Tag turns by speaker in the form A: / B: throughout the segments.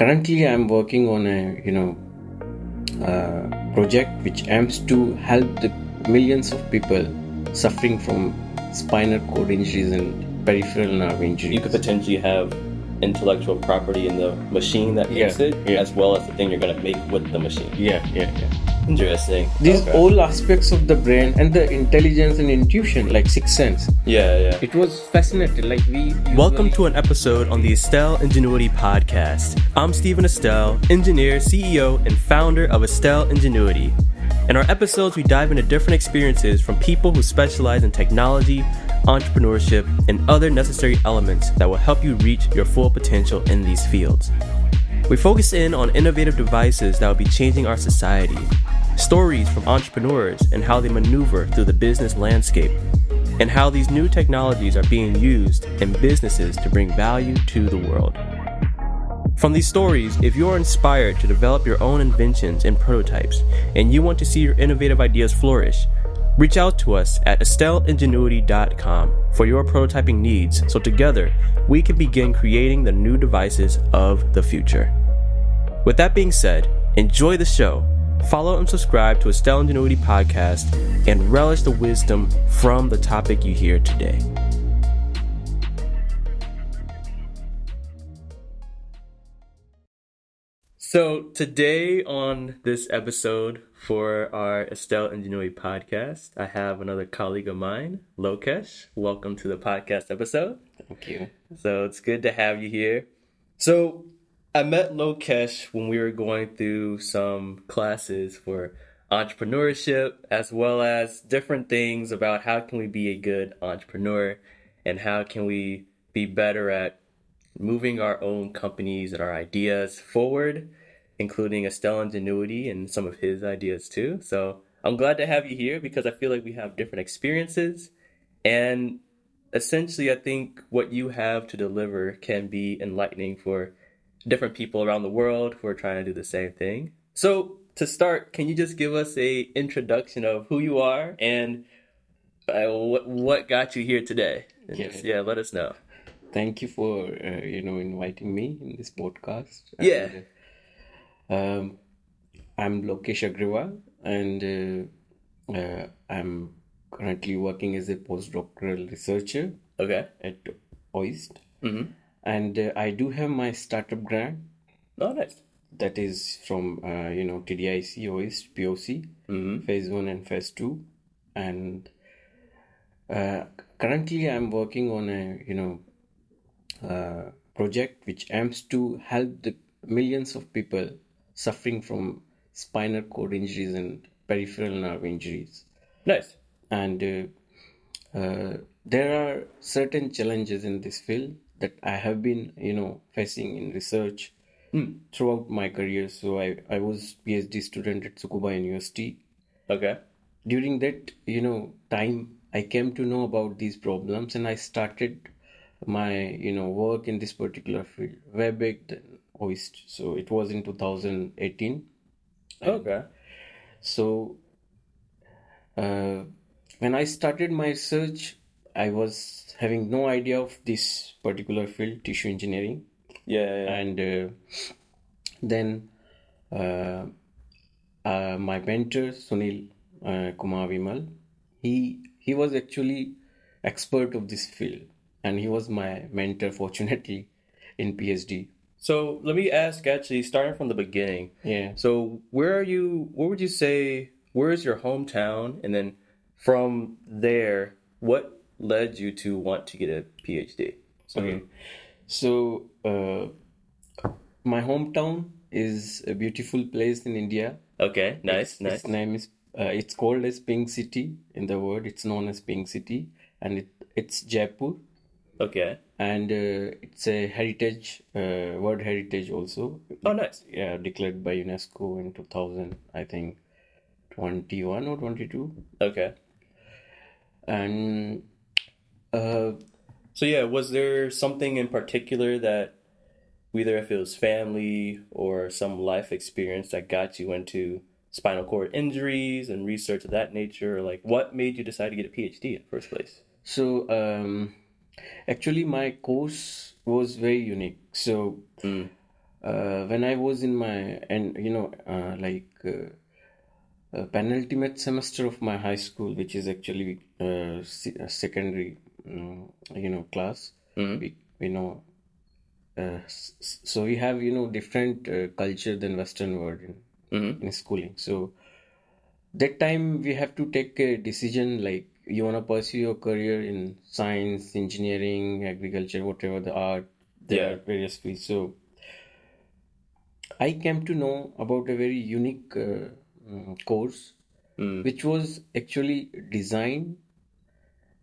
A: currently i'm working on a you know uh, project which aims to help the millions of people suffering from spinal cord injuries and peripheral nerve injuries
B: You could potentially have intellectual property in the machine that makes
A: Yeah,
B: it,
A: yeah.
B: as well as the thing you're going to make with the machine.
A: yeah yeah yeah
B: Interesting.
A: these
B: Okay.
A: all aspects of the brain and the intelligence and intuition like sixth sense
B: Yeah, yeah.
A: it was fascinating like we
C: Welcome
A: usually-
C: to an episode on the Estelle Ingenuity Podcast. I'm Stephen Estelle, engineer, CEO, and founder of Estelle Ingenuity. In our episodes, we dive into different experiences from people who specialize in technology, entrepreneurship, and other necessary elements that will help you reach your full potential in these fields. We focus in on innovative devices that will be changing our society, stories from entrepreneurs and how they maneuver through the business landscape, and how these new technologies are being used in businesses to bring value to the world. From these stories, if you are inspired to develop your own inventions and prototypes, and you want to see your innovative ideas flourish, reach out to us at estelleingenuity.com for your prototyping needs so together we can begin creating the new devices of the future. With that being said, enjoy the show, follow and subscribe to Estelle Ingenuity Podcast, and relish the wisdom from the topic you hear today. So today on this episode for our Estelle Ingenuity podcast, I have another colleague of mine, Lokesh. Welcome to the podcast episode.
A: thank you
C: So it's good to have you here. So I met Lokesh when we were going through some classes for entrepreneurship as well as different things about how can we be a good entrepreneur and how can we be better at moving our own companies and our ideas forward, including Estelle Ingenuity and some of his ideas too. So I'm glad to have you here because I feel like we have different experiences and essentially, I think what you have to deliver can be enlightening for different people around the world who are trying to do the same thing. So, to start, can you just give us a introduction of who you are and uh, what what got you here today? And
A: Yeah.
C: just- yeah, let us know.
A: thank you for uh, you know inviting me in this podcast
C: Yeah.
A: And, uh, um i'm lokesh agrawal and uh, uh, i'm currently working as a postdoctoral researcher
C: Okay.
A: at oist and uh, i do have my startup grant
C: Oh, nice.
A: that is from uh, you know TDIC OIST POC phase one and phase two, and uh, currently I'm working on a you know uh, project which aims to help the millions of people suffering from spinal cord injuries and peripheral nerve injuries
C: Nice.
A: and uh, uh, there are certain challenges in this field that I have been you know facing in research throughout my career so I, I was PhD student at Tsukuba University
C: Okay.
A: during that you know time I came to know about these problems and I started my you know work in this particular field way back then OIST so it was in 2018
C: Okay.
A: so, uh, when I started my research, I was having no idea of this particular field, tissue engineering,
B: Yeah, yeah.
A: and uh, then uh, uh, my mentor Sunil uh, Kumar Vimal, he he was actually expert of this field, and he was my mentor, fortunately, in PhD.
C: So let me ask, actually, starting from the beginning.
A: Yeah.
C: So where are you? What would you say? Where is your hometown? And then from there, what led you to want to get a PhD? So,
A: So, uh, my hometown is a beautiful place in India.
C: Okay. Nice. Nice.
A: Its name is, uh, it's called as Pink City in the world. It's known as Pink City, and it, it's Jaipur,
C: Okay.
A: and uh, it's a heritage, uh, world heritage also,
C: Oh, nice.
A: yeah, declared by UNESCO in 2000, I think, 21 or 22.
C: Okay.
A: And uh,
C: So yeah, was there something in particular that, whether if it was family or some life experience that got you into spinal cord injuries and research of that nature, or like what made you decide to get a PhD in the first place?
A: So, um, actually, my course was very unique. So, uh, when I was in my and you know uh, like uh, uh, penultimate semester of my high school, which is actually uh, se- uh, secondary, mm, you know, class. We, you know, uh, s- s- so we have you know different uh, culture than Western world in, in schooling. So that time we have to take a decision like you want to pursue your career in science engineering agriculture whatever the art there
C: Yeah.
A: are various fields so i came to know about a very unique uh, mm, course which was actually designed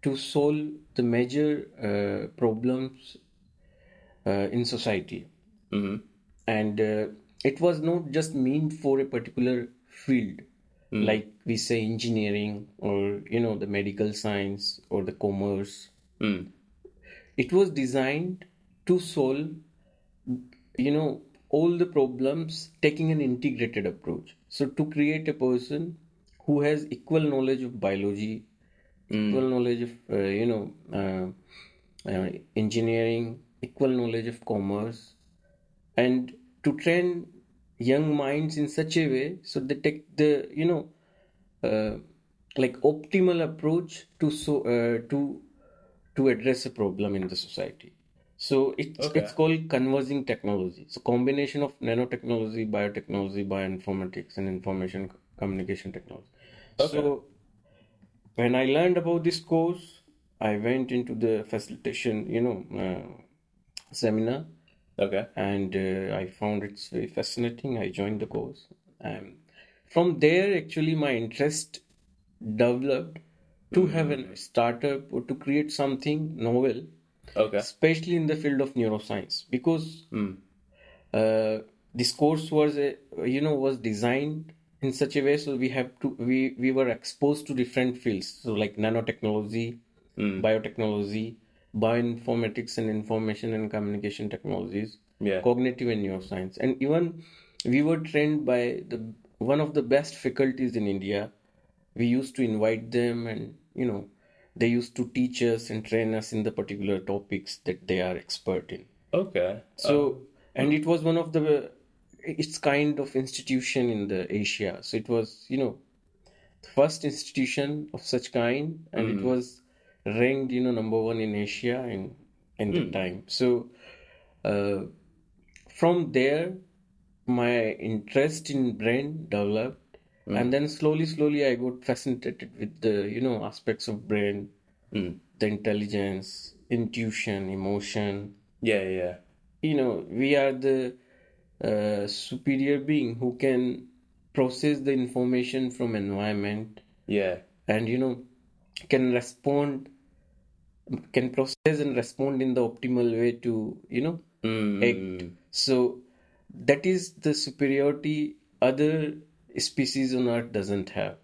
A: to solve the major uh, problems uh, in society and uh, it was not just meant for a particular field like we say engineering or you know the medical science or the commerce it was designed to solve you know all the problems taking an integrated approach so to create a person who has equal knowledge of biology equal knowledge of uh, you know uh, uh, engineering equal knowledge of commerce and to train young minds in such a way so they take the you know uh, like optimal approach to so uh, to to address a problem in the society so it's it's called converging technology so combination of nanotechnology biotechnology bioinformatics and information c- communication technology so when i learned about this course i went into the facilitation you know uh, seminar
C: Okay.
A: and uh, I found it very fascinating. I joined the course. Um, from there, actually, my interest developed to have a startup or to create something novel,
C: Okay.
A: especially in the field of neuroscience, because uh, this course was a, you know was designed in such a way so we have to we we were exposed to different fields so like nanotechnology biotechnology bioinformatics and information and communication technologies
C: Yeah.
A: cognitive and neuroscience and even we were trained by the one of the best faculties in india we used to invite them and you know they used to teach us and train us in the particular topics that they are expert in
C: Okay.
A: so, and it was one of the its kind of institution in the Asia. So it was, you know, the first institution of such kind, and it was ranked, you know, number one in Asia in in the time. So, uh, from there, my interest in brain developed, and then slowly, slowly, I got fascinated with the, you know, aspects of brain, the intelligence, intuition, emotion
C: Yeah, yeah, yeah.
A: you know we are the uh, superior being who can process the information from environment
C: Yeah.
A: and you know can respond can process and respond in the optimal way to you know act so that is the superiority other species on earth doesn't have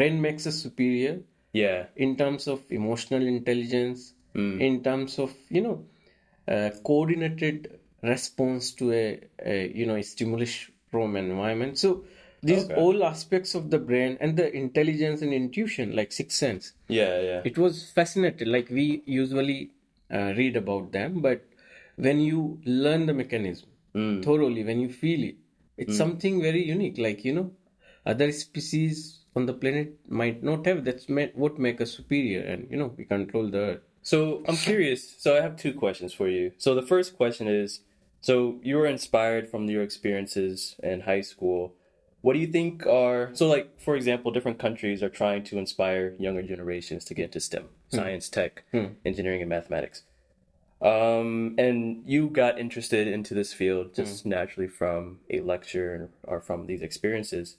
A: brain makes us superior
C: Yeah.
A: in terms of emotional intelligence, in terms of you know uh, coordinated response to a, a you know stimulus from environment. So these
C: Okay.
A: all aspects of the brain and the intelligence and intuition, like sixth sense,
C: Yeah, yeah.
A: it was fascinating. Like we usually uh, read about them, but when you learn the mechanism thoroughly, when you feel it, it's something very unique. Like you know, other species on the planet might not have. That's ma- what make us superior, and you know, we control the earth.
C: So I'm curious. So I have two questions for you. So the first question is, so you were inspired from your experiences in high school. What do you think are so like for example, different countries are trying to inspire younger generations to get into STEM, science, tech, engineering, and mathematics. Um, and you got interested into this field just naturally from a lecture or from these experiences.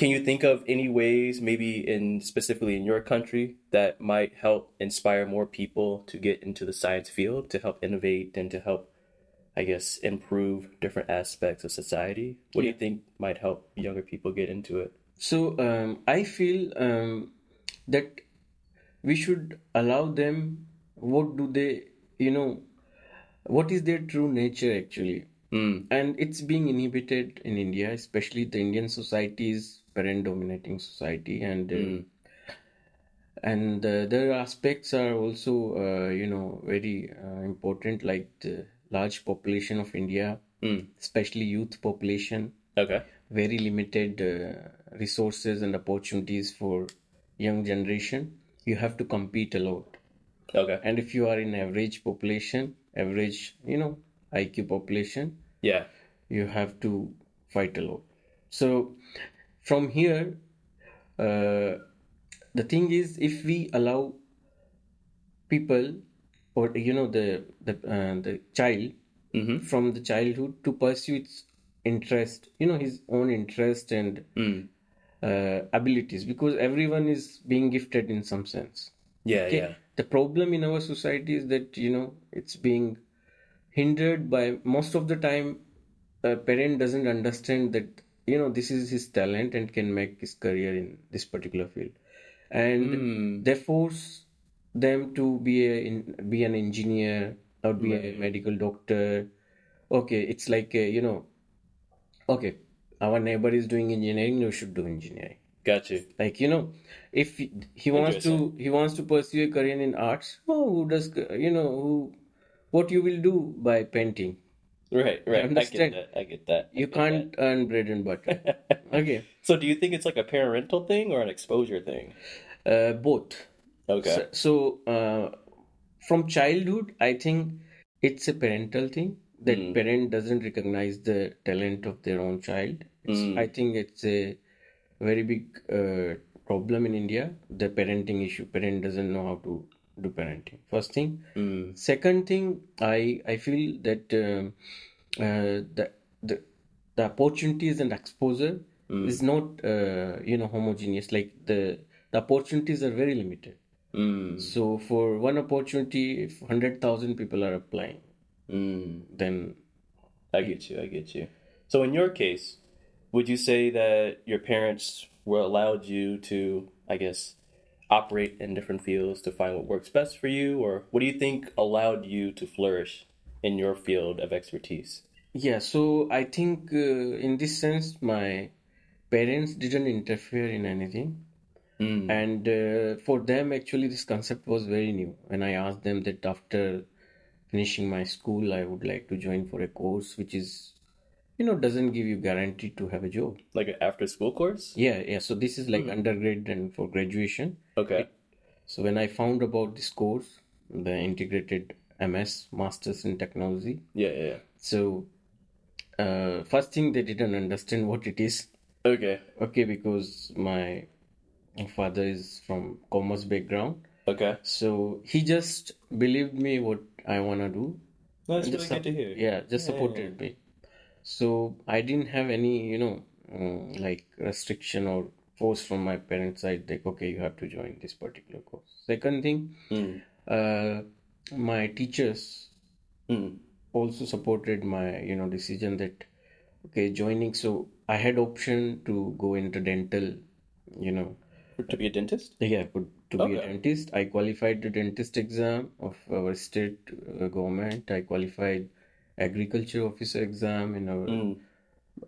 C: Can you think of any ways, maybe in specifically in your country, that might help inspire more people to get into the science field, to help innovate and to help, I guess, improve different aspects of society? What do you think might help younger people get into it?
A: So um, I feel um, that we should allow them. What do they, you know, what is their true nature actually? Mm. And it's being inhibited in India, especially the Indian society is parent-dominating society, and uh, and uh, their aspects are also, uh, you know, very uh, important, like the large population of India especially youth population
C: Okay.
A: very limited uh, resources and opportunities for young generation you have to compete a lot
C: Okay.
A: and if you are in average population average you know iq population
C: Yeah.
A: you have to fight a lot so from here uh, the thing is if we allow people or you know the the, uh, the child from the childhood to pursue its interest you know his own interest and uh, abilities because everyone is being gifted in some sense
C: Yeah.
A: Okay.
C: Yeah.
A: The problem in our society is that you know it's being hindered by most of the time a parent doesn't understand that you know this is his talent and can make his career in this particular field, and they force them to be a in, be an engineer or be a medical doctor. Okay, it's like a, you know, okay, our neighbor is doing engineering, you should do engineering
C: Got you.
A: like you know if he, he wants to he wants to pursue a career in arts oh who does you know who what you will do by painting
C: Right. Right. I get
A: understand.
C: that. I get that. I
A: you
C: get that.
A: can't earn bread and butter okay
C: So do you think it's like a parental thing or an exposure thing?
A: uh, both
C: Okay.
A: so uh, from childhood i think it's a parental thing that parent doesn't recognize the talent of their own child it's, i think it's a very big uh, problem in india the parenting issue parent doesn't know how to do parenting first thing second thing i i feel that um, uh, the, the the opportunities and exposure is not uh, you know homogeneous like the the opportunities are very limited so for one opportunity, if 100,000 people are applying, then
C: I get you. I get you. So in your case, would you say that your parents were allowed you to, I guess, operate in different fields to find what works best for you, or what do you think allowed you to flourish in your field of expertise?
A: yeah, so I think uh, in this sense, my parents didn't interfere in anything. And uh, for them, actually, this concept was very new. When I asked them that after finishing my school, I would like to join for a course which is, you know, doesn't give you guarantee to have a job.
C: Like an after-school course?
A: Yeah, yeah. So this is like undergrad and for graduation.
C: Okay.
A: So when I found about this course, the integrated MS, Masters in Technology,
C: Yeah, yeah. yeah.
A: so uh, first thing they didn't understand what it is.
C: Okay.
A: Okay, because my father is from commerce background,
C: Okay.
A: so he just believed me what I wanna do.
C: That's
A: and
C: really
A: just
C: good to
A: sup-
C: hear.
A: Yeah, just supported me. So I didn't have any, you know, um, like restriction or force from my parents' side. Like, okay, you have to join this particular course. Second thing, uh, my teachers
C: Mm.
A: also supported my, you know, decision that okay, joining. So I had option to go into dental, you know,
C: To be a dentist?
A: yeah, could to be a
C: Okay.
A: dentist. I qualified the dentist exam of our state uh, government. I qualified agriculture officer exam in our,
C: Hmm.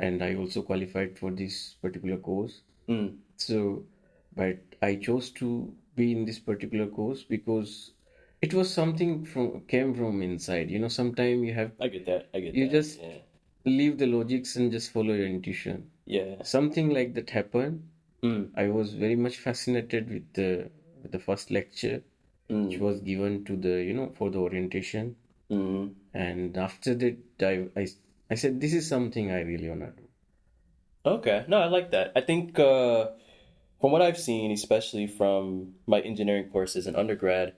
A: and I also qualified for this particular course.
C: Mm.
A: So, but I chose to be in this particular course because it was something from came from inside. You know, sometimes you have
C: I get that. I get
A: you
C: that.
A: just
C: yeah.
A: leave the logics and just follow your intuition
C: yeah.
A: something like that happened. I was very much fascinated with the with the first lecture, which was given to the you know for the orientation.
C: Mm-hmm.
A: And after that, I, I I said this is something I really wanna do.
C: Okay. No, I like that. I think uh, from what I've seen, especially from my engineering courses in undergrad,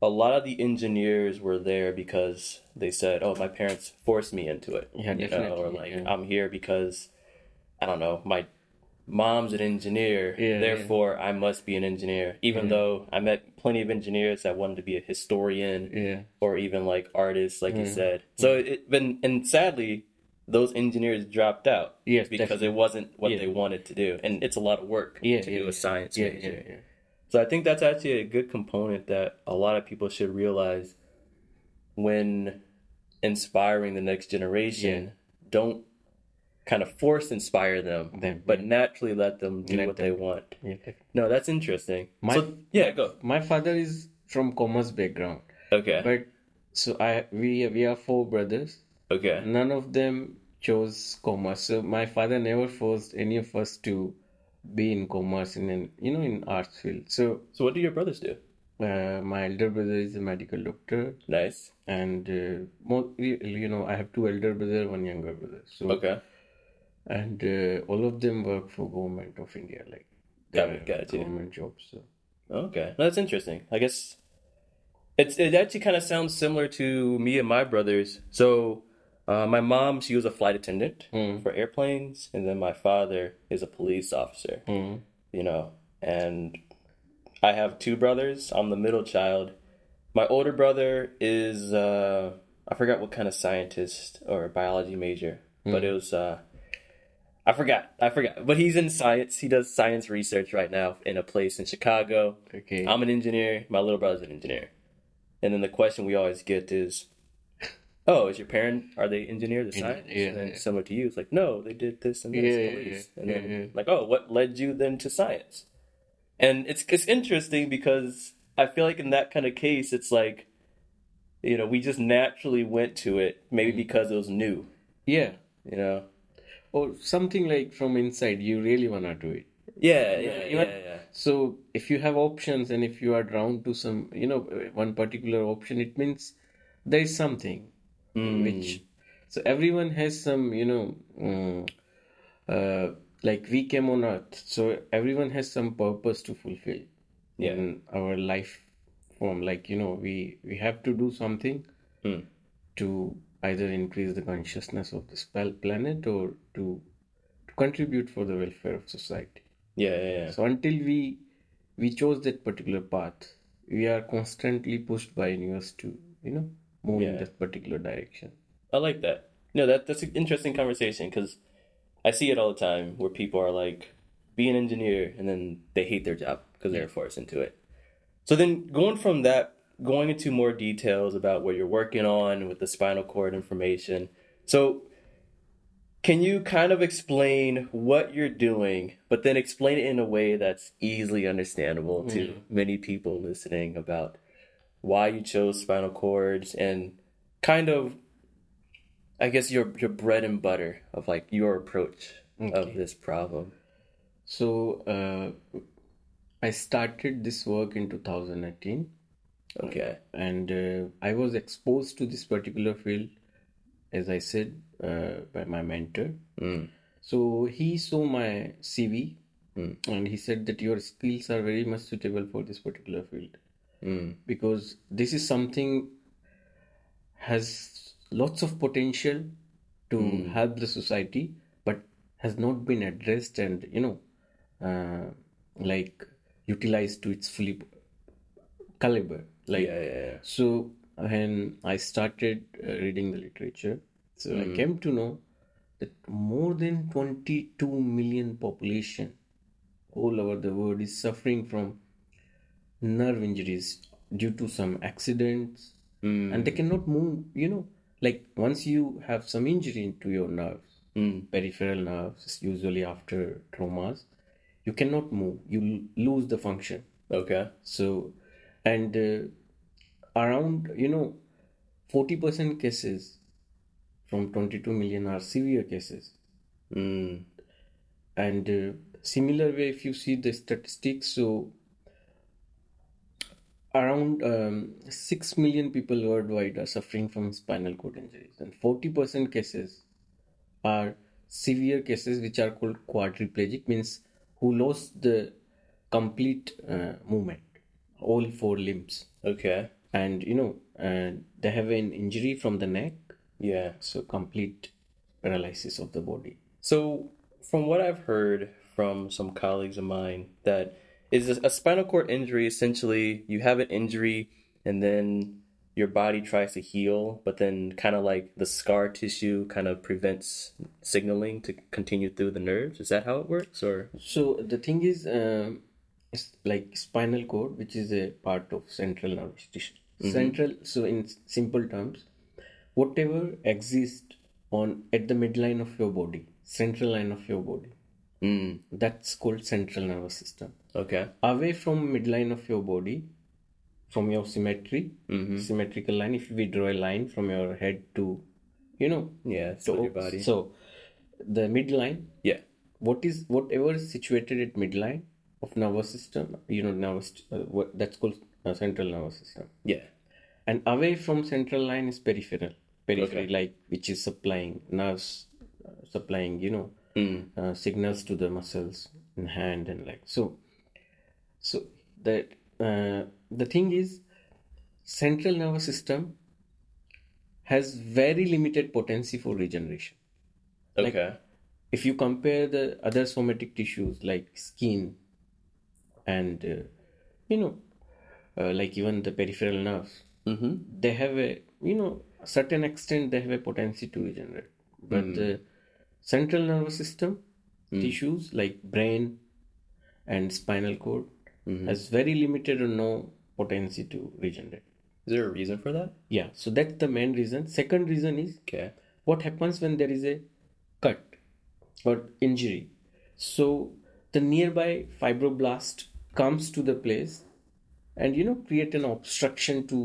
C: a lot of the engineers were there because they said, "Oh, my parents forced me into it."
A: Yeah,
C: you know, or
A: definitely,
C: like,
A: yeah.
C: "I'm here because I don't know, my mom's an engineer,
A: yeah. Mm-hmm.
C: therefore I must be an engineer." Even though I met plenty of engineers that wanted to be a historian
A: Yeah,
C: or even like artists, like
A: Mm.
C: you said. So it been and sadly, those engineers dropped out.
A: Yes,
C: because
A: definitely.
C: it wasn't what
A: Yeah.
C: they wanted to do, and it's a lot of work
A: Yeah,
C: to
A: yeah,
C: do a science
A: yeah,
C: major.
A: yeah, yeah.
C: So I think that's actually a good component that a lot of people should realize when inspiring the next generation. Don't kind of force inspire them,
A: Them,
C: but naturally let them do
A: Let
C: what
A: them.
C: they want.
A: yeah definitely.
C: No, that's interesting.
A: My-
C: so yeah, go.
A: My father is from commerce background,
C: Okay.
A: but so I we we are four brothers.
C: Okay.
A: None of them chose commerce. So my father never forced any of us to be in commerce in an you know in arts field. So
C: So what do your brothers do?
A: uh, my elder brother is a medical doctor,
C: Nice.
A: and uh, mo- you you know I have two elder brother, one younger brother. So
C: Okay.
A: and uh, all of them work for government of India, like
C: Got
A: they're
C: it, got it, yeah.
A: government jobs. So.
C: Okay, No, that's interesting. I guess it's it actually kind of sounds similar to me and my brothers. So uh, my mom, she was a flight attendant for airplanes, and then my father is a police officer. You know, and I have two brothers. I'm the middle child. My older brother is uh, I forgot what kind of scientist or biology major, but it was. Uh, I forgot. I forgot. But he's in science. He does science research right now in a place in Chicago.
A: Okay.
C: I'm an engineer. My little brother's an engineer. And then the question we always get is, "Oh, is your parent? Are they engineers or science?"
A: yeah,
C: and then
A: yeah.
C: similar to you, it's like, "No, they did this and this
A: Yeah, yeah,
C: police."
A: yeah,
C: and then
A: yeah, yeah.
C: like, "Oh, what led you then to science?" And it's it's interesting because I feel like in that kind of case, it's like, you know, we just naturally went to it, maybe
A: Mm-hmm.
C: because it was new,
A: Yeah.
C: you know.
A: Or something like from inside, you really wanna do it.
C: Yeah, yeah,
A: you
C: yeah,
A: know-
C: yeah.
A: So if you have options and if you are drawn to some, you know, one particular option, it means there is something
C: Hmm.
A: which. So everyone has some, you know, mm, uh, like we came on earth. So everyone has some purpose to fulfill
C: Yeah.
A: in our life form. Like you know, we we have to do something
C: Hmm.
A: to either increase the consciousness of this pal- planet or to to contribute for the welfare of society.
C: Yeah, yeah, yeah.
A: So until we we chose that particular path, we are constantly pushed by universe to you know move in
C: Yeah.
A: that particular direction.
C: I like that. No, that that's an interesting conversation because I see it all the time where people are like, be an engineer, and then they hate their job because they're forced into it. So then going from that, going into more details about what you're working on with the spinal cord information. So can you kind of explain what you're doing, but then explain it in a way that's easily understandable to many people listening about why you chose spinal cords and kind of I guess your your bread and butter of like your approach of this problem.
A: So uh, I started this work in 2018,
C: Okay.
A: and uh, I was exposed to this particular field, as I said, uh, by my mentor. So he saw my CV. And he said that your skills are very much suitable for this particular field. because this is something has lots of potential to help the society but has not been addressed and you know uh, like utilized to its full caliber like
C: Yeah, yeah, yeah.
A: so when i started uh, reading the literature so i came to know that more than 22 million population all over the world is suffering from nerve injuries due to some accidents and they cannot move you know like once you have some injury into your nerves peripheral nerves usually after traumas you cannot move you l- lose the function
C: Okay.
A: so and uh, around you know 40% cases from 22 million are severe cases Hmm.
C: Mm.
A: and uh, similar way if you see the statistics so around um, 6 million people worldwide are suffering from spinal cord injuries and 40% cases are severe cases which are called quadriplegic means who lost the complete uh, movement all four limbs
C: Okay.
A: and you know uh, they have an injury from the neck
C: Yeah.
A: so complete paralysis of the body
C: So from what I've heard from some colleagues of mine that is a spinal cord injury essentially you have an injury and then your body tries to heal, but then kind of like the scar tissue kind of prevents signaling to continue through the nerves. Is that how it works or
A: So the thing is, um, it's like spinal cord, which is a part of central nervous tissue. Central. So in s- simple terms, whatever exists on at the midline of your body, central line of your body, that's called central nervous system.
C: Okay.
A: Away from midline of your body,
C: Mm-hmm.
A: from your symmetry, symmetrical line. If we draw a line from your head to you know
C: Yeah, it's still your body.
A: so the midline
C: yeah.
A: what is whatever is situated at midline of nervous system you know nervous uh, what that's called uh, central nervous system
C: Yeah.
A: and away from central line is peripheral periphery
C: Okay.
A: like which is supplying nerves uh, supplying you know uh, signals to the muscles in hand and like so so that uh, the thing is central nervous system has very limited potency for regeneration
C: Okay.
A: if you compare the other somatic tissues like skin and uh, you know uh, like even the peripheral nerves mm-hmm. they have a you know a certain extent they have a potency to regenerate but the central nervous system tissues like brain and spinal cord has very limited or no potency to regenerate
C: Is there a reason for that?
A: yeah so that's the main reason second reason is
C: Okay.
A: what happens when there is a cut or injury so the nearby fibroblast comes to the place and you know create an obstruction to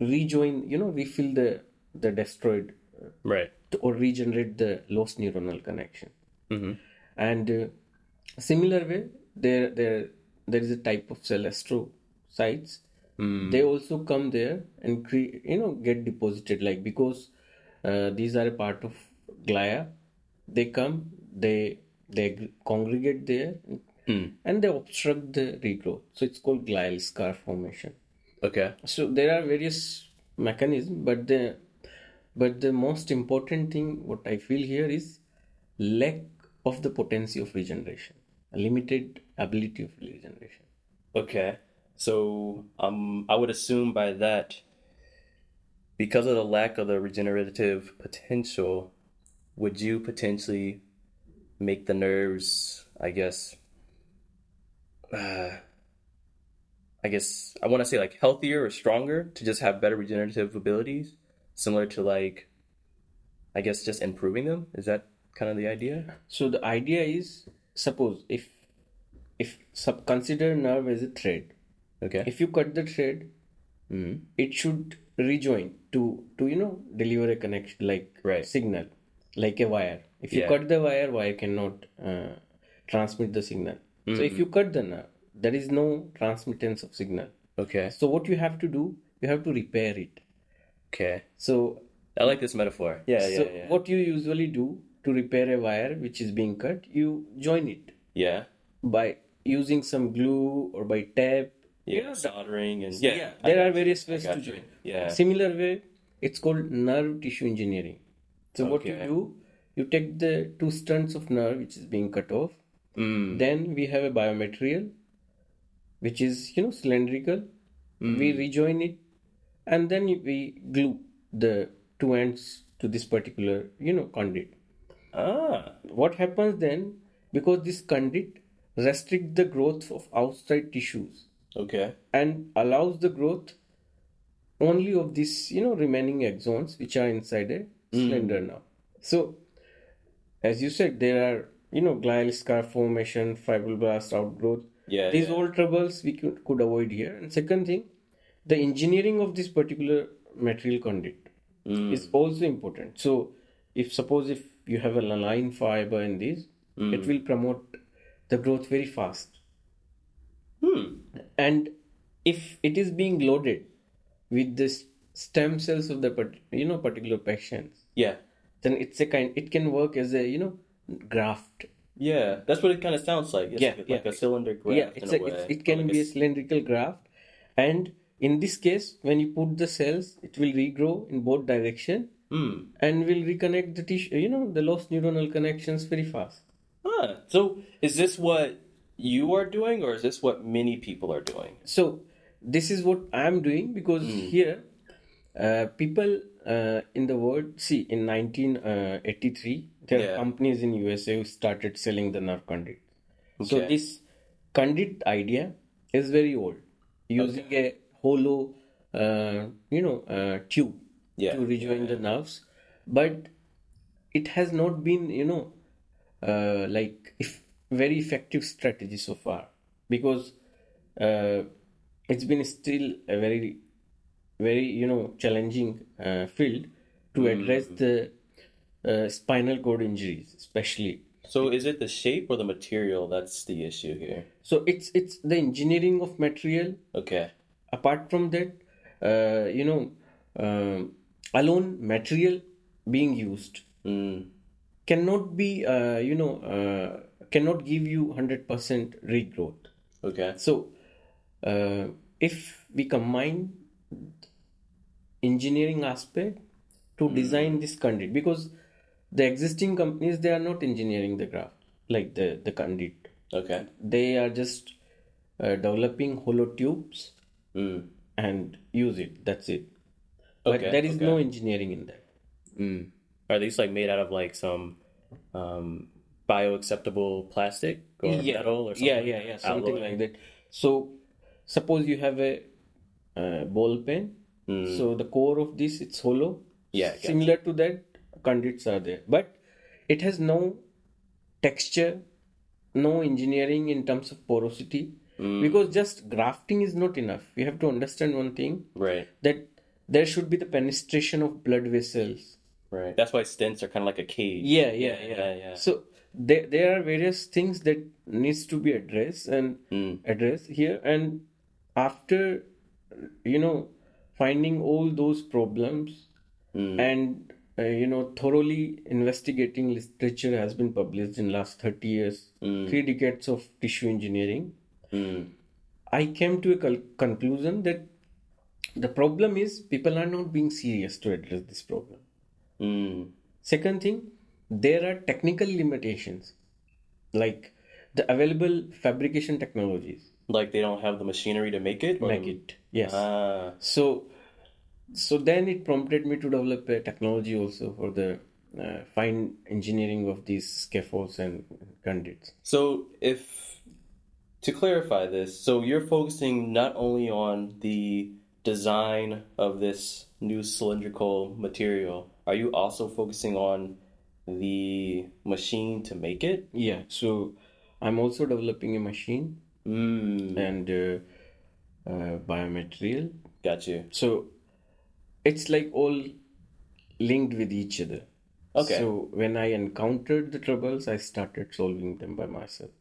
A: rejoin you know refill the the destroyed uh,
C: Right.
A: to- or regenerate the lost neuronal connection. And uh, similar way, there there there is a type of celestrocytes. They also come there and cre- you know get deposited like because uh, these are a part of glia. They come, they they gr- congregate there, and they obstruct the regrowth. So it's called glial scar formation
C: Okay.
A: so there are various mechanisms but the but the most important thing what i feel here is lack of the potency of regeneration a limited ability of regeneration
C: Okay. So um, I would assume by that, because of the lack of the regenerative potential, would you potentially make the nerves, I guess, uh, I guess I want to say like healthier or stronger to just have better regenerative abilities, similar to like, I guess just improving them. Is that kind of the idea?
A: so the idea is suppose if if sub consider nerve as a thread
C: Okay.
A: if you cut the thread
C: Hmm.
A: it should rejoin to to you know deliver a connection like
C: Right.
A: signal like a wire if you
C: Yeah.
A: cut the wire wire cannot uh, transmit the signal so
C: Mm-hmm.
A: if you cut the nerve there is no transmittance of signal
C: okay.
A: so what you have to do you have to repair it
C: Okay.
A: so
C: I like this metaphor. Yeah. Yeah.
A: so
C: yeah.
A: what you usually do to repair a wire which is being cut you join it
C: yeah.
A: by using some glue or by tape
C: yeah, soldering and yeah, I
A: there
C: got
A: are
C: you.
A: various ways
C: got
A: to
C: you.
A: join.
C: Yeah.
A: Similar way, it's called nerve tissue engineering. So what you
C: Okay.
A: do, you take the two strands of nerve which is being cut off.
C: Hmm.
A: Then we have a biomaterial, which is you know cylindrical.
C: Hmm.
A: We rejoin it, and then we glue the two ends to this particular you know conduit
C: Ah,
A: what happens then because this conduit restricts the growth of outside tissues
C: okay.
A: and allows the growth only of these you know remaining axons which are inside a
C: Hmm.
A: cylinder now so as you said there are you know glial scar formation fibroblast outgrowth
C: Yeah,
A: these
C: yeah.
A: all troubles we could, could avoid here and second thing the engineering of this particular material conduit
C: Hmm.
A: is also important so if suppose if you have a line fiber in this
C: Hmm.
A: it will promote the growth very fast and if it is being loaded with the s- stem cells of the part- you know particular patients
C: Yeah,
A: then it's a kind it can work as a you know graft
C: yeah. That's what it kind of sounds like. It's
A: Yeah,
C: like,
A: yeah.
C: like a cylinder graph
A: yeah it's
C: in
A: a,
C: a, way.
A: it's, it
C: or
A: can
C: like
A: be a
C: s-
A: cylindrical graft and in this case when you put the cells it will regrow in both direction
C: Hmm.
A: and will reconnect the tissue you know the lost neuronal connections very fast
C: Huh. So is this what you are doing, or is this what many people are doing?
A: so this is what i am doing because
C: Hmm.
A: here uh, people uh, in the world see in 1983 there
C: Yeah.
A: are companies in usa who started selling the nerve conduit so
C: Okay.
A: this conduit idea is very old using a hollow uh, you know uh, tube
C: Yeah.
A: to rejoin the nerves but it has not been you know uh, like if very effective strategy so far because uh, it's been still a very very you know challenging uh, field to address the uh, spinal cord injuries, especially.
C: So is it the shape or the material that's the issue here?
A: So it's it's the engineering of material.
C: Okay.
A: Apart from that, uh, you know, um, alone material being used mm, cannot be, uh, you know, uh, cannot give you hundred percent regrowth.
C: Okay.
A: So, uh, if we combine engineering aspect to design this conduit, because the existing companies they are not engineering the graph like the the conduit,
C: Okay.
A: they are just uh, developing hollow tubes Hmm. and use it. That's it. But
C: Okay,
A: there is
C: okay.
A: no engineering in that.
C: Mm. Are these like made out of like some um bioacceptable plastic or metal or something?
A: Yeah, yeah, yeah, something like that. So, suppose you have a uh, ball pen. So the core of this it's hollow.
C: Yeah, I got
A: similar to that, conduits are there, but it has no texture, no engineering in terms of porosity. Because just grafting is not enough. You have to understand one thing
C: Right.
A: that there should be the penetration of blood vessels.
C: Right. That's why stents are kind of like a cage.
A: Yeah, yeah, yeah.
C: yeah, yeah.
A: So there, there are various things that needs to be addressed and addressed here. And after, you know, finding all those problems and uh, you know thoroughly investigating literature has been published in last 30 years three decades of tissue engineering i came to a col- conclusion that the problem is people are not being serious to address this problem Second thing, there are technical limitations like the available fabrication technologies.
C: Like they don't have the machinery to make it. or-
A: Make it. Yes.
C: Ah.
A: so, so then it prompted me to develop a technology also for the uh, fine engineering of these scaffolds and conduits.
C: So if to clarify this, so you're focusing not only on the design of this new cylindrical material, are you also focusing on the machine to make it?
A: Yeah. So, I'm also developing a machine
C: Mm,
A: and uh, uh, biomaterial.
C: got you.
A: So, it's like all linked with each other.
C: Okay.
A: So when I encountered the troubles, I started solving them by myself.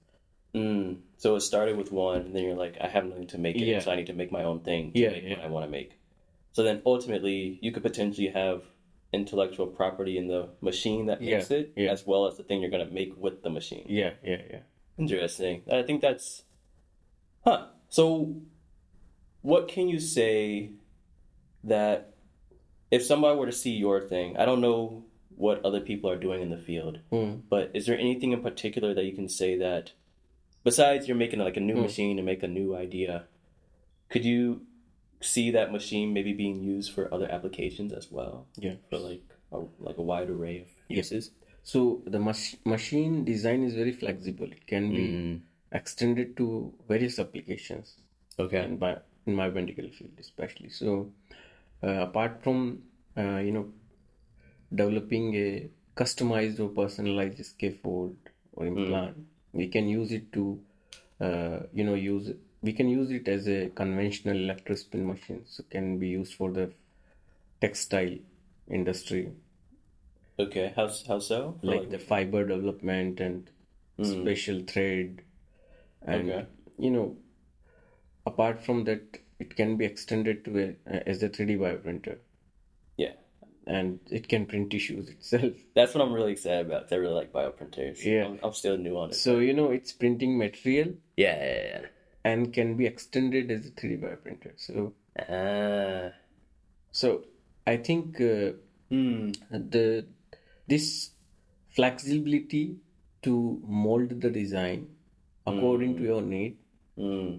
C: Mm. So it started with one, and then you're like, I have nothing to make it,
A: Yeah.
C: so I need to make my own thing to
A: Yeah,
C: make
A: yeah.
C: what I want to make. So then ultimately, you could potentially have intellectual property in the machine that
A: Yeah,
C: makes it,
A: yeah.
C: as well as the thing you're going to make with the machine.
A: Yeah, yeah, yeah.
C: Interesting. I think that's, huh. So, what can you say that if somebody were to see your thing, I don't know what other people are doing in the field, but is there anything in particular that you can say that, besides you're making like a new machine to make a new idea, could you see that machine maybe being used for other applications as well?
A: Yeah.
C: For like a, like a wide array of uses?
A: So the mach- machine design is very flexible. It can be extended to various applications
C: Okay.
A: in my in my medical field, especially. So uh, apart from uh, you know developing a customized or personalized scaffold or implant, we can use it to uh, you know use we can use it as a conventional electrospin machine. So can be used for the textile industry
C: Okay. How, how so? For,
A: like the fiber development and special thread and
C: Okay.
A: you know apart from that it can be extended to a, as a 3d bioprinter
C: yeah.
A: and it can print tissues itself
C: That's what I'm really excited about. 'cause I really like bioprinters.
A: Yeah.
C: I'm, I'm still new on it.
A: so you know it's printing material
C: yeah, yeah,
A: and can be extended as a 3d bioprinter so
C: yeah. Ah,
A: so i think uh,
C: Hmm.
A: the this flexibility to mold the design according
C: Hmm.
A: to your need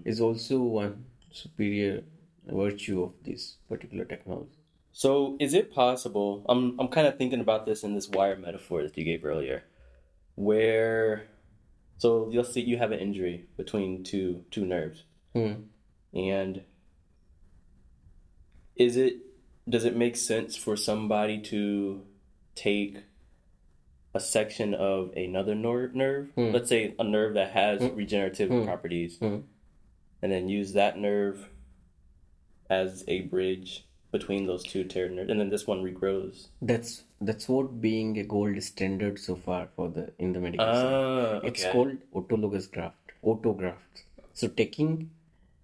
A: is also one superior virtue of this particular technology.
C: So is it possible? I'm I'm kind of thinking about this in this wire metaphor that you gave earlier, where, so let's say you have an injury between two two nerves, and is it does it make sense for somebody to take a section of another nor- nerve let's say a nerve that has regenerative properties and then use that nerve as a bridge between those two tear nerves, and then this one regrows.
A: That's that's what being a gold standard so far for the in the medical side.
C: Ah, okay.
A: It's called autologous graft, autograft. So taking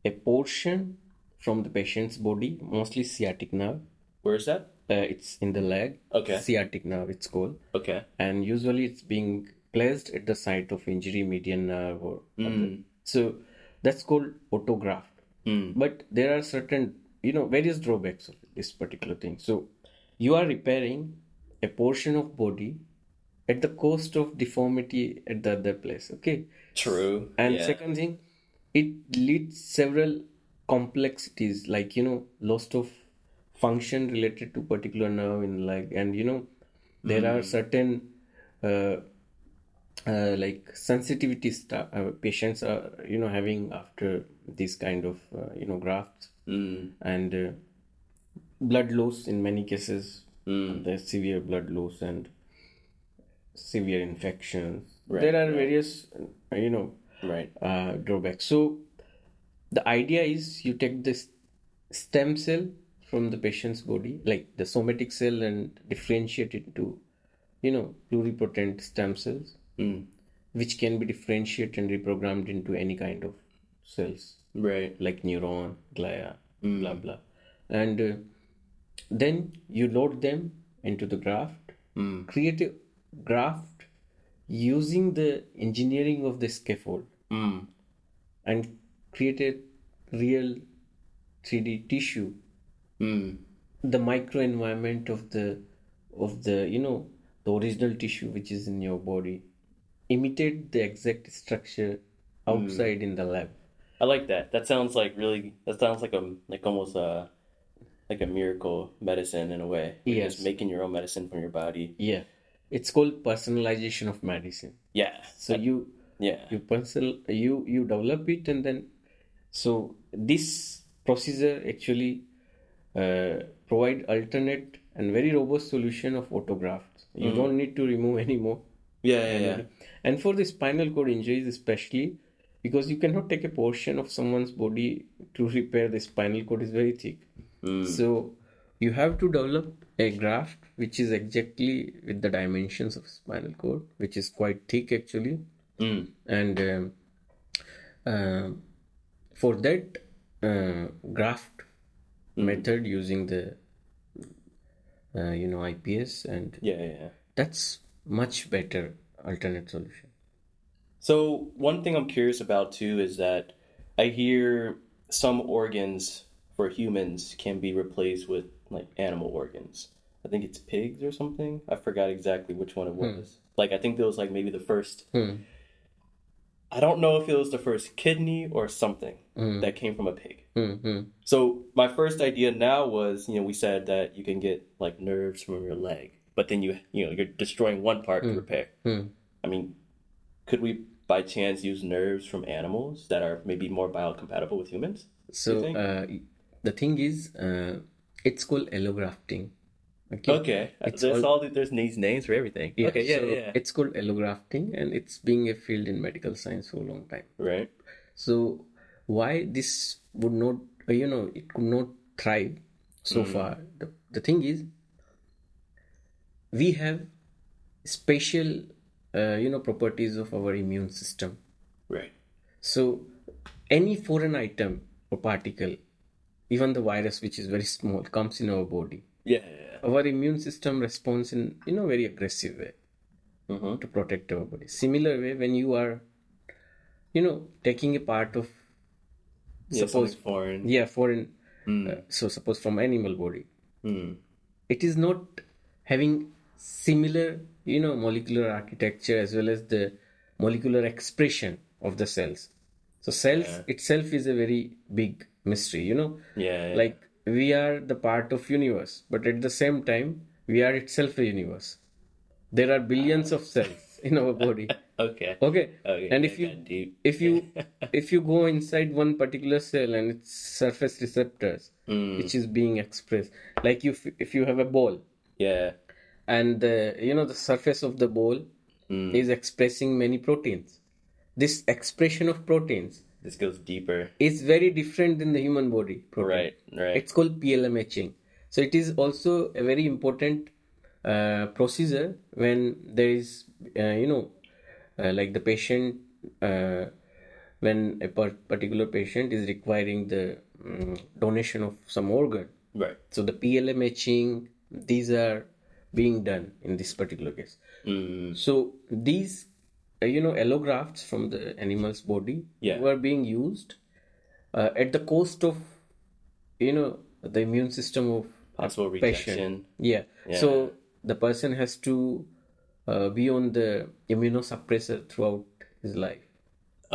A: a portion from the patient's body, mostly sciatic nerve.
C: Where is that?
A: Uh, it's in the leg.
C: Okay.
A: Sciatic nerve, it's called,
C: Okay.
A: and usually it's being placed at the site of injury, median nerve, or other. so. That's called autograft. But there are certain, you know, various drawbacks of this particular thing. So you are repairing a portion of body at the cost of deformity at the other place. Okay.
C: True.
A: And
C: yeah.
A: second thing, it leads several complexities like you know loss of function related to particular nerve in leg, and you know there are certain uh, uh, like sensitivity stuff uh, patients are you know having after this kind of uh, you know grafts and uh, blood loss in many cases. There's severe blood loss and severe infections. there are various, uh, you know,
C: right.
A: uh, drawbacks. So the idea is you take this stem cell from the patient's body, like the somatic cell, and differentiate it to, you know, pluripotent stem cells, which can be differentiated and reprogrammed into any kind of cells
C: Right.
A: like neuron, glia, blah blah. And uh, then you load them into the graft, create a graft using the engineering of the scaffold, and create a real 3D tissue. The microenvironment of the of the you know the original tissue which is in your body imitate the exact structure outside in the lab.
C: I like that. That sounds like really. That sounds like a like almost a like a miracle medicine in a way. You're
A: Yes.
C: Just making your own medicine from your body.
A: Yeah, it's called personalization of medicine.
C: Yeah.
A: So you
C: Yeah.
A: you personal you you develop it and then so this procedure actually uh, provide alternate and very robust solution of autograft. You don't need to remove anymore.
C: Yeah. Yeah. Yeah.
A: And for the spinal cord injuries especially, because you cannot take a portion of someone's body to repair the spinal cord is very thick. So you have to develop a graft which is exactly with the dimensions of spinal cord, which is quite thick actually. And um, um, for that uh, graft method using the uh, you know IPS and
C: Yeah. Yeah. yeah.
A: that's much better alternate solution.
C: So one thing I'm curious about too is that I hear some organs for humans can be replaced with like animal organs. I think it's pigs or something. I forgot exactly which one it was. Like I think there was like maybe the first I don't know if it was the first kidney or something that came from a pig.
A: Mm-hmm.
C: So my first idea now was, you know, we said that you can get like nerves from your leg, but then you you know, you're destroying one part
A: Hmm.
C: to repair. I mean, could we by chance use nerves from animals that are maybe more biocompatible with humans?
A: So
C: think?
A: uh, the thing is, uh, it's called allografting. Okay.
C: Okay. there's all, the- there's these names for everything. okay, yeah,
A: so
C: yeah.
A: It's called allografting, and it's being a field in medical science for a long time.
C: right.
A: So why this would not, uh, you know, it could not thrive so
C: Hmm.
A: far. The, the thing is, we have special, uh, you know, properties of our immune system.
C: Right.
A: So any foreign item or particle, even the virus which is very small, comes in our body.
C: Yeah, yeah,
A: Our immune system responds in you know very aggressive way
C: yeah. hmm
A: to protect our body. Similar way when you are, you know, taking a part of
C: Yeah,
A: suppose
C: something foreign.
A: yeah foreign uh, so suppose from animal body,
C: Hmm.
A: it is not having similar you know molecular architecture as well as the molecular expression of the cells. So cells itself is a very big mystery. You know,
C: Yeah, yeah.
A: like we are the part of universe but at the same time we are itself a universe there are billions of cells in our body
C: Okay.
A: okay,
C: Okay,
A: and
C: I
A: if you
C: got deep.
A: if you if you go inside one particular cell and its surface receptors which is being expressed like you f- if you have a ball
C: Yeah.
A: and the you know the surface of the ball is expressing many proteins this expression of proteins
C: This goes deeper.
A: is very different than the human body protein.
C: Right, right.
A: It's called PLM etching. So it is also a very important uh, procedure when there is, uh, you know, uh, like the patient, uh, when a par- particular patient is requiring the um, donation of some organ.
C: Right.
A: So the PLA matching, these are being done in this particular case.
C: Hmm.
A: So these, uh, you know, allografts from the animal's body
C: Yeah.
A: were being used uh, at the cost of, you know, the immune system of
C: Possible rejection.
A: Yeah. So the person has to uh, be on the immunosuppressor throughout his life.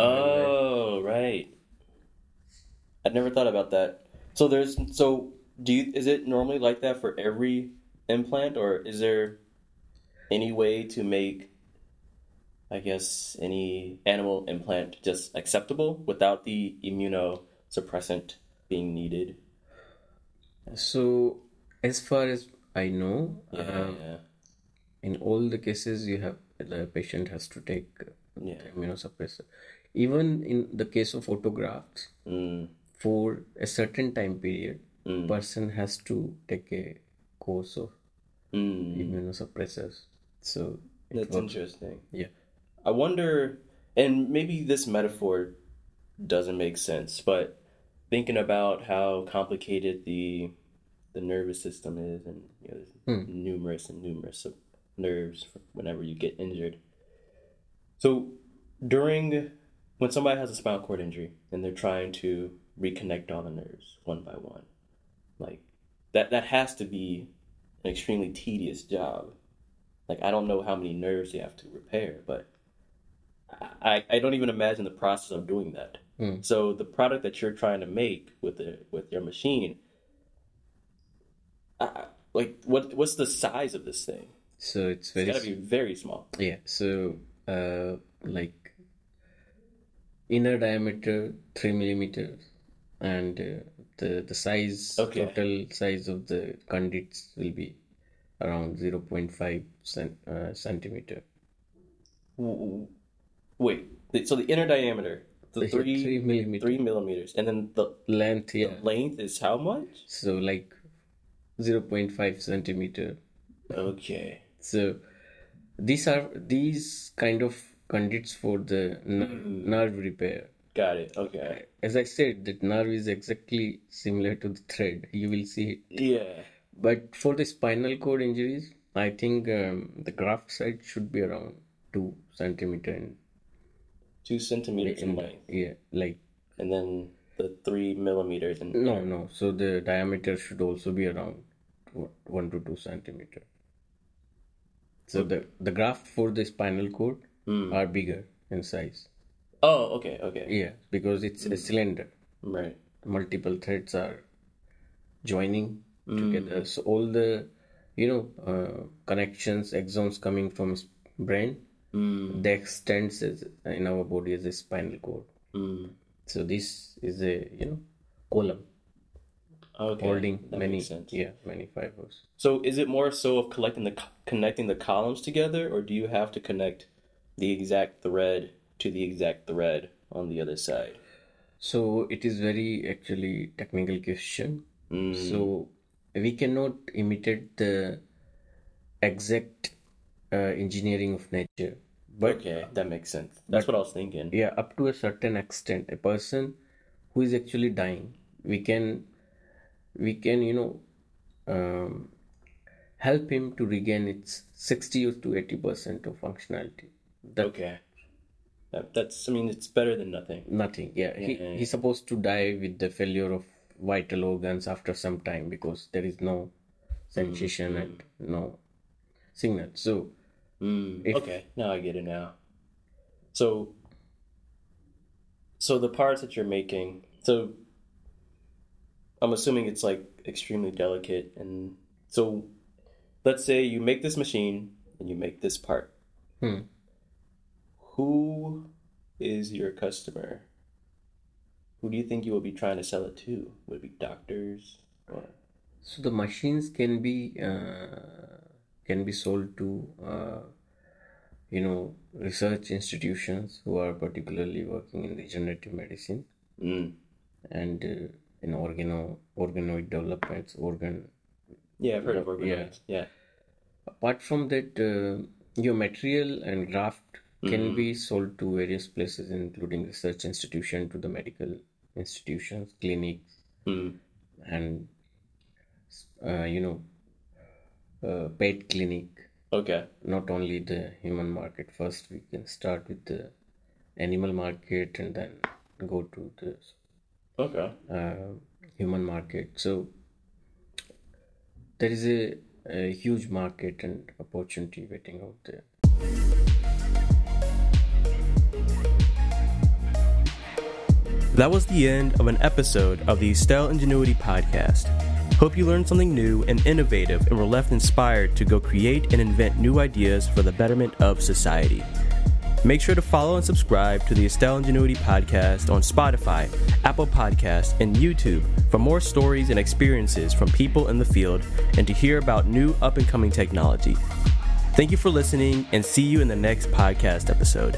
C: Oh, right. I'd never thought about that. So there's so do you is it normally like that for every implant or is there any way to make I guess any animal implant just acceptable without the immunosuppressant being needed?
A: So as far as I know,
C: Yeah,
A: um,
C: yeah.
A: in all the cases you have the patient has to take uh,
C: Yeah.
A: the immunosuppressor even in the case of autografts
C: Hmm.
A: for a certain time period person has to take a course of
C: Hmm.
A: immunosuppressors so it
C: That's
A: works.
C: interesting.
A: yeah
C: I wonder, and maybe this metaphor doesn't make sense, but thinking about how complicated the the nervous system is, and you know, there's numerous and numerous of nerves whenever you get injured. So during when somebody has a spinal cord injury and they're trying to reconnect all the nerves one by one, like that that has to be an extremely tedious job. Like I don't know how many nerves you have to repair, but I, I don't even imagine the process of doing that. So the product that you're trying to make with the with your machine, I, like what what's the size of this thing?
A: so it's
C: It's
A: very
C: gotta be very small.
A: yeah so uh like inner diameter three millimeters and uh, the the size
C: Okay.
A: total size of the conduits will be around 0.5 cent, uh, centimeter
C: W- w- Wait, th- so the inner diameter, the
A: It's a
C: three Oh.
A: three millimeter
C: three millimeters, and then the
A: length yeah
C: length is how much?
A: so like 0.5 centimeter
C: Okay,
A: so these are these kind of conduits for the ner-
C: Mm-hmm.
A: nerve repair
C: got it. Okay,
A: as i said that nerve is exactly similar to the thread you will see it
C: yeah,
A: But for the spinal cord injuries, I think um, the graft side should be around two centimeter in,
C: two centimeters in length,
A: yeah, like
C: and then the three millimeters and
A: no, no. So the diameter should also be around two- one to two centimeter. So the the graft for the spinal cord are bigger in size,
C: oh, okay, okay,
A: yeah, because it's a cylinder.
C: right.
A: multiple threads are joining
C: Hmm.
A: together. So all the you know uh, connections, axons coming from s- brain,
C: Hmm.
A: they extends as, in our body as a spinal cord.
C: Hmm.
A: So this is a you know column
C: Okay,
A: holding
C: that
A: many
C: makes sense.
A: yeah many fibers.
C: So is it more so of collecting the connecting the columns together, or do you have to connect the exact thread to the exact thread on the other side?
A: So it is very actually technical question.
C: Hmm.
A: So we cannot imitate the exact uh, engineering of nature, but
C: Okay, that makes sense. That's what I was thinking.
A: yeah up to a certain extent a person who is actually dying we can we can you know um, help him to regain its 60 to 80 percent of functionality that
C: Okay, that, that's I mean it's better than nothing.
A: nothing yeah, he, he's supposed to die with the failure of vital organs after some time because there is no sensation and no signal so If-
C: Mm, Okay, now I get it now. So, so the parts that you're making, so I'm assuming it's like extremely delicate, and so let's say you make this machine and you make this part.
A: Hmm.
C: Who is your customer? Who do you think you will be trying to sell it to? Would it be doctors or
A: So the machines can be uh, can be sold to uh, you know research institutions who are particularly working in regenerative medicine
C: mm.
A: and uh, in organo organoid developments, organ
D: Yeah, I've heard of
A: Yeah.
D: organized. Yeah.
A: Apart from that, uh, your material and draft can be sold to various places, including research institution, to the medical institutions, clinics, and uh, you know, uh, pet clinic.
D: Okay.
A: Not only the human market. First, we can start with the animal market, and then go to the
D: Okay.
A: uh, human market. So there is a, a huge market and opportunity waiting out there.
C: That was the end of an episode of the Estelle Ingenuity Podcast. Hope you learned something new and innovative and were left inspired to go create and invent new ideas for the betterment of society. Make sure to follow and subscribe to the Estelle Ingenuity Podcast on Spotify, Apple Podcasts, and YouTube for more stories and experiences from people in the field and to hear about new up and coming technology. Thank you for listening and see you in the next podcast episode.